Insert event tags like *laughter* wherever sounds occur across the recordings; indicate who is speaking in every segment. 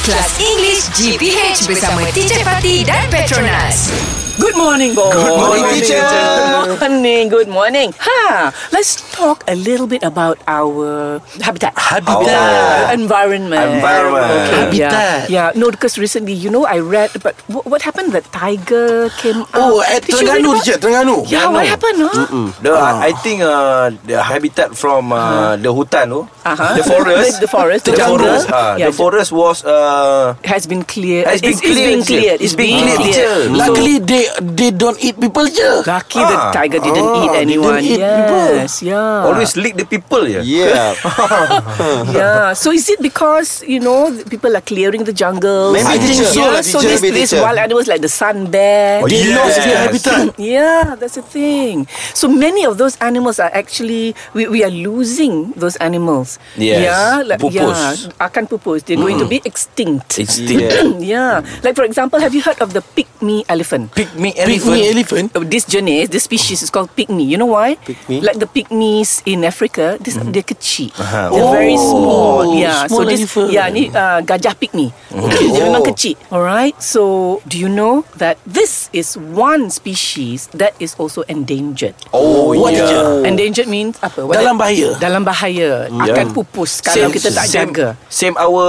Speaker 1: Kelas English GPH bersama Teacher Fatih dan Petronas.
Speaker 2: Good morning, boys.
Speaker 3: Good morning, teacher.
Speaker 2: Good morning. Good morning. Ha! Let's talk a little bit about our habitat.
Speaker 3: Habitat.
Speaker 2: Our environment.
Speaker 3: Environment.
Speaker 2: Okay.
Speaker 4: Habitat.
Speaker 2: Yeah. yeah. No, because recently, you know, I read, but what, what happened? The tiger came out.
Speaker 4: Oh, at
Speaker 2: Did you read
Speaker 4: Terengganu
Speaker 2: about-
Speaker 4: je, Terengganu.
Speaker 2: Yeah, what happened? Huh?
Speaker 3: The,
Speaker 4: Ah.
Speaker 3: I think uh, the habitat from uh, the hutan tu,
Speaker 2: Ah. Uh-huh.
Speaker 3: the forest,
Speaker 2: *laughs* The- the forest,
Speaker 3: the,
Speaker 2: the jungle. Ah.
Speaker 3: forest, uh,
Speaker 2: Yeah,
Speaker 3: the forest was uh,
Speaker 2: Has been cleared.
Speaker 3: Has been
Speaker 2: it's, it's been
Speaker 3: cleared,
Speaker 2: cleared.
Speaker 3: teacher. It's been cleared, teacher.
Speaker 2: So-
Speaker 4: Luckily they they don't eat people je.
Speaker 2: Lucky the
Speaker 3: Ah.
Speaker 2: tiger didn't
Speaker 4: Ah,
Speaker 2: eat
Speaker 4: didn't
Speaker 2: anyone.
Speaker 4: eat people.
Speaker 2: yes, yeah.
Speaker 3: always lick the people ya.
Speaker 4: Yeah. Uh-huh.
Speaker 2: Yeah. So is it because you know the people are clearing the jungles?
Speaker 4: Maybe, I think teacher. so,
Speaker 2: Yeah,
Speaker 4: like
Speaker 2: so
Speaker 4: teacher,
Speaker 2: this
Speaker 4: maybe,
Speaker 2: this
Speaker 4: teacher.
Speaker 2: wild animals like the sun bear.
Speaker 3: Oh,
Speaker 4: they
Speaker 3: Yes.
Speaker 4: lost their habitat.
Speaker 2: Yeah, that's the thing. So many of those animals are actually we, we are losing those animals.
Speaker 3: Yes.
Speaker 2: Yeah, like,
Speaker 3: Pupus.
Speaker 2: yeah, akan pupus. They're going to
Speaker 4: Mm.
Speaker 2: be extinct.
Speaker 3: Extinct.
Speaker 2: yeah. Like for example, have you heard of the pygmy elephant?
Speaker 3: Pygmy
Speaker 4: Pygmy elephant.
Speaker 2: Oh, this genus, this species is called pygmy. You know why?
Speaker 4: Pygmy? Mm-hmm.
Speaker 2: Like the pygmies in Africa, this, they're kecil.
Speaker 3: Aha.
Speaker 2: They're very
Speaker 4: Oh,
Speaker 2: small. Yeah. so
Speaker 4: small
Speaker 2: this,
Speaker 4: elephant.
Speaker 2: yeah, ni uh, gajah pygmy. Okay, Dia
Speaker 4: Oh.
Speaker 2: memang kecil. All right. So, do you know that this is one species that is also endangered?
Speaker 3: Oh,
Speaker 4: What
Speaker 3: yeah.
Speaker 4: teacher?
Speaker 2: Endangered means apa? What
Speaker 4: Dalam
Speaker 2: that-
Speaker 4: bahaya. Mm,
Speaker 2: Dalam bahaya. Akan pupus kalau kita tak
Speaker 3: same,
Speaker 2: jaga.
Speaker 3: Same our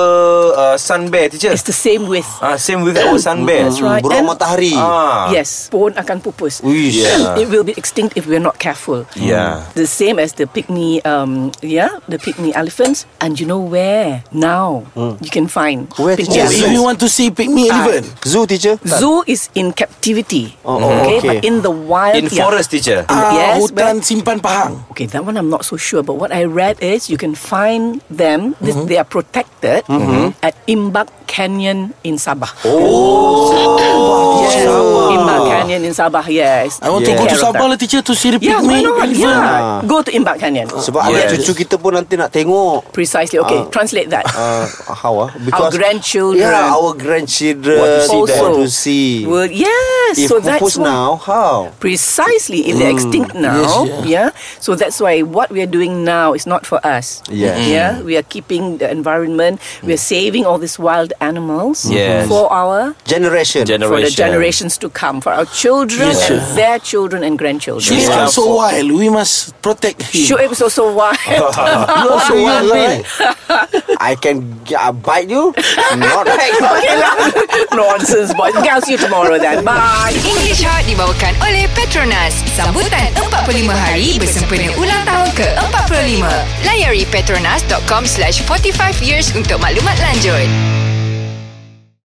Speaker 3: uh, sun bear teacher.
Speaker 2: It's the same with
Speaker 3: Ah, same with our sun bear.
Speaker 2: That's right.
Speaker 4: Burung
Speaker 2: And-
Speaker 4: matahari.
Speaker 3: Ah.
Speaker 2: Yes, pohon akan pupus.
Speaker 3: Uish. Yeah.
Speaker 2: It will be extinct if we're not careful.
Speaker 3: Yeah.
Speaker 2: The same as the pygmy, um, yeah, the pygmy elephants. And you know where now you can find
Speaker 5: Where,
Speaker 2: pygmy
Speaker 4: Yeah,
Speaker 5: teacher?
Speaker 4: if
Speaker 2: elephants.
Speaker 4: you want to see pygmy elephant.
Speaker 5: Zoo teacher
Speaker 2: Zoo is in captivity.
Speaker 5: Oh, oh, okay.
Speaker 2: but in the wild,
Speaker 3: In
Speaker 2: yeah.
Speaker 3: forest teacher.
Speaker 4: Ah,
Speaker 2: Yes,
Speaker 4: hutan simpan Pahang.
Speaker 2: Okay, that one I'm not so sure. But what I read is you can find them. This, They are protected at Imbak Canyon in Sabah.
Speaker 4: Oh,
Speaker 2: yes, Imbak Canyon in Sabah. Yes,
Speaker 4: I want to
Speaker 2: Take
Speaker 4: go to
Speaker 2: care of
Speaker 4: Sabah
Speaker 2: that.
Speaker 4: lah teacher to see the
Speaker 2: Yeah, why
Speaker 4: pygmy
Speaker 2: not?
Speaker 4: elephant.
Speaker 5: Ah.
Speaker 2: Yeah, go to Imbak Canyon.
Speaker 5: Sebab anak
Speaker 3: Yes.
Speaker 5: cucu kita pun nanti nak tengok
Speaker 2: Precisely. Okay,
Speaker 5: Ah.
Speaker 2: translate that.
Speaker 5: uh, How ah?
Speaker 2: Our grandchildren.
Speaker 5: Yeah our grandchildren
Speaker 2: also
Speaker 5: Want to see
Speaker 2: Well, yes.
Speaker 5: If
Speaker 2: so that's
Speaker 5: pupus
Speaker 2: why-
Speaker 5: now Mm. How?
Speaker 2: Precisely, if they're extinct now, yeah. So that's why what we are doing now is not for us.
Speaker 5: Yeah.
Speaker 2: yeah. We are keeping the environment. We are saving all these wild animals
Speaker 3: Yes.
Speaker 2: for our
Speaker 5: Generation
Speaker 3: Gen-
Speaker 2: for the
Speaker 3: Generation.
Speaker 2: generations to come, for our children and their children and grandchildren.
Speaker 4: She's
Speaker 3: Yeah.
Speaker 4: also wild. We must protect him.
Speaker 2: Sure, it was also wild. *laughs*
Speaker 5: You *laughs* also wild lah I can g- uh, bite
Speaker 2: *laughs*
Speaker 5: you Not like
Speaker 2: Okay lah. Nonsense, boys. Okay, I'll see you tomorrow then. Bye.
Speaker 1: English Hot dibawakan oleh Petronas. Sambutan 45 hari bersempena ulang tahun ke-45. Layari petronas.com slash 45 years untuk maklumat lanjut.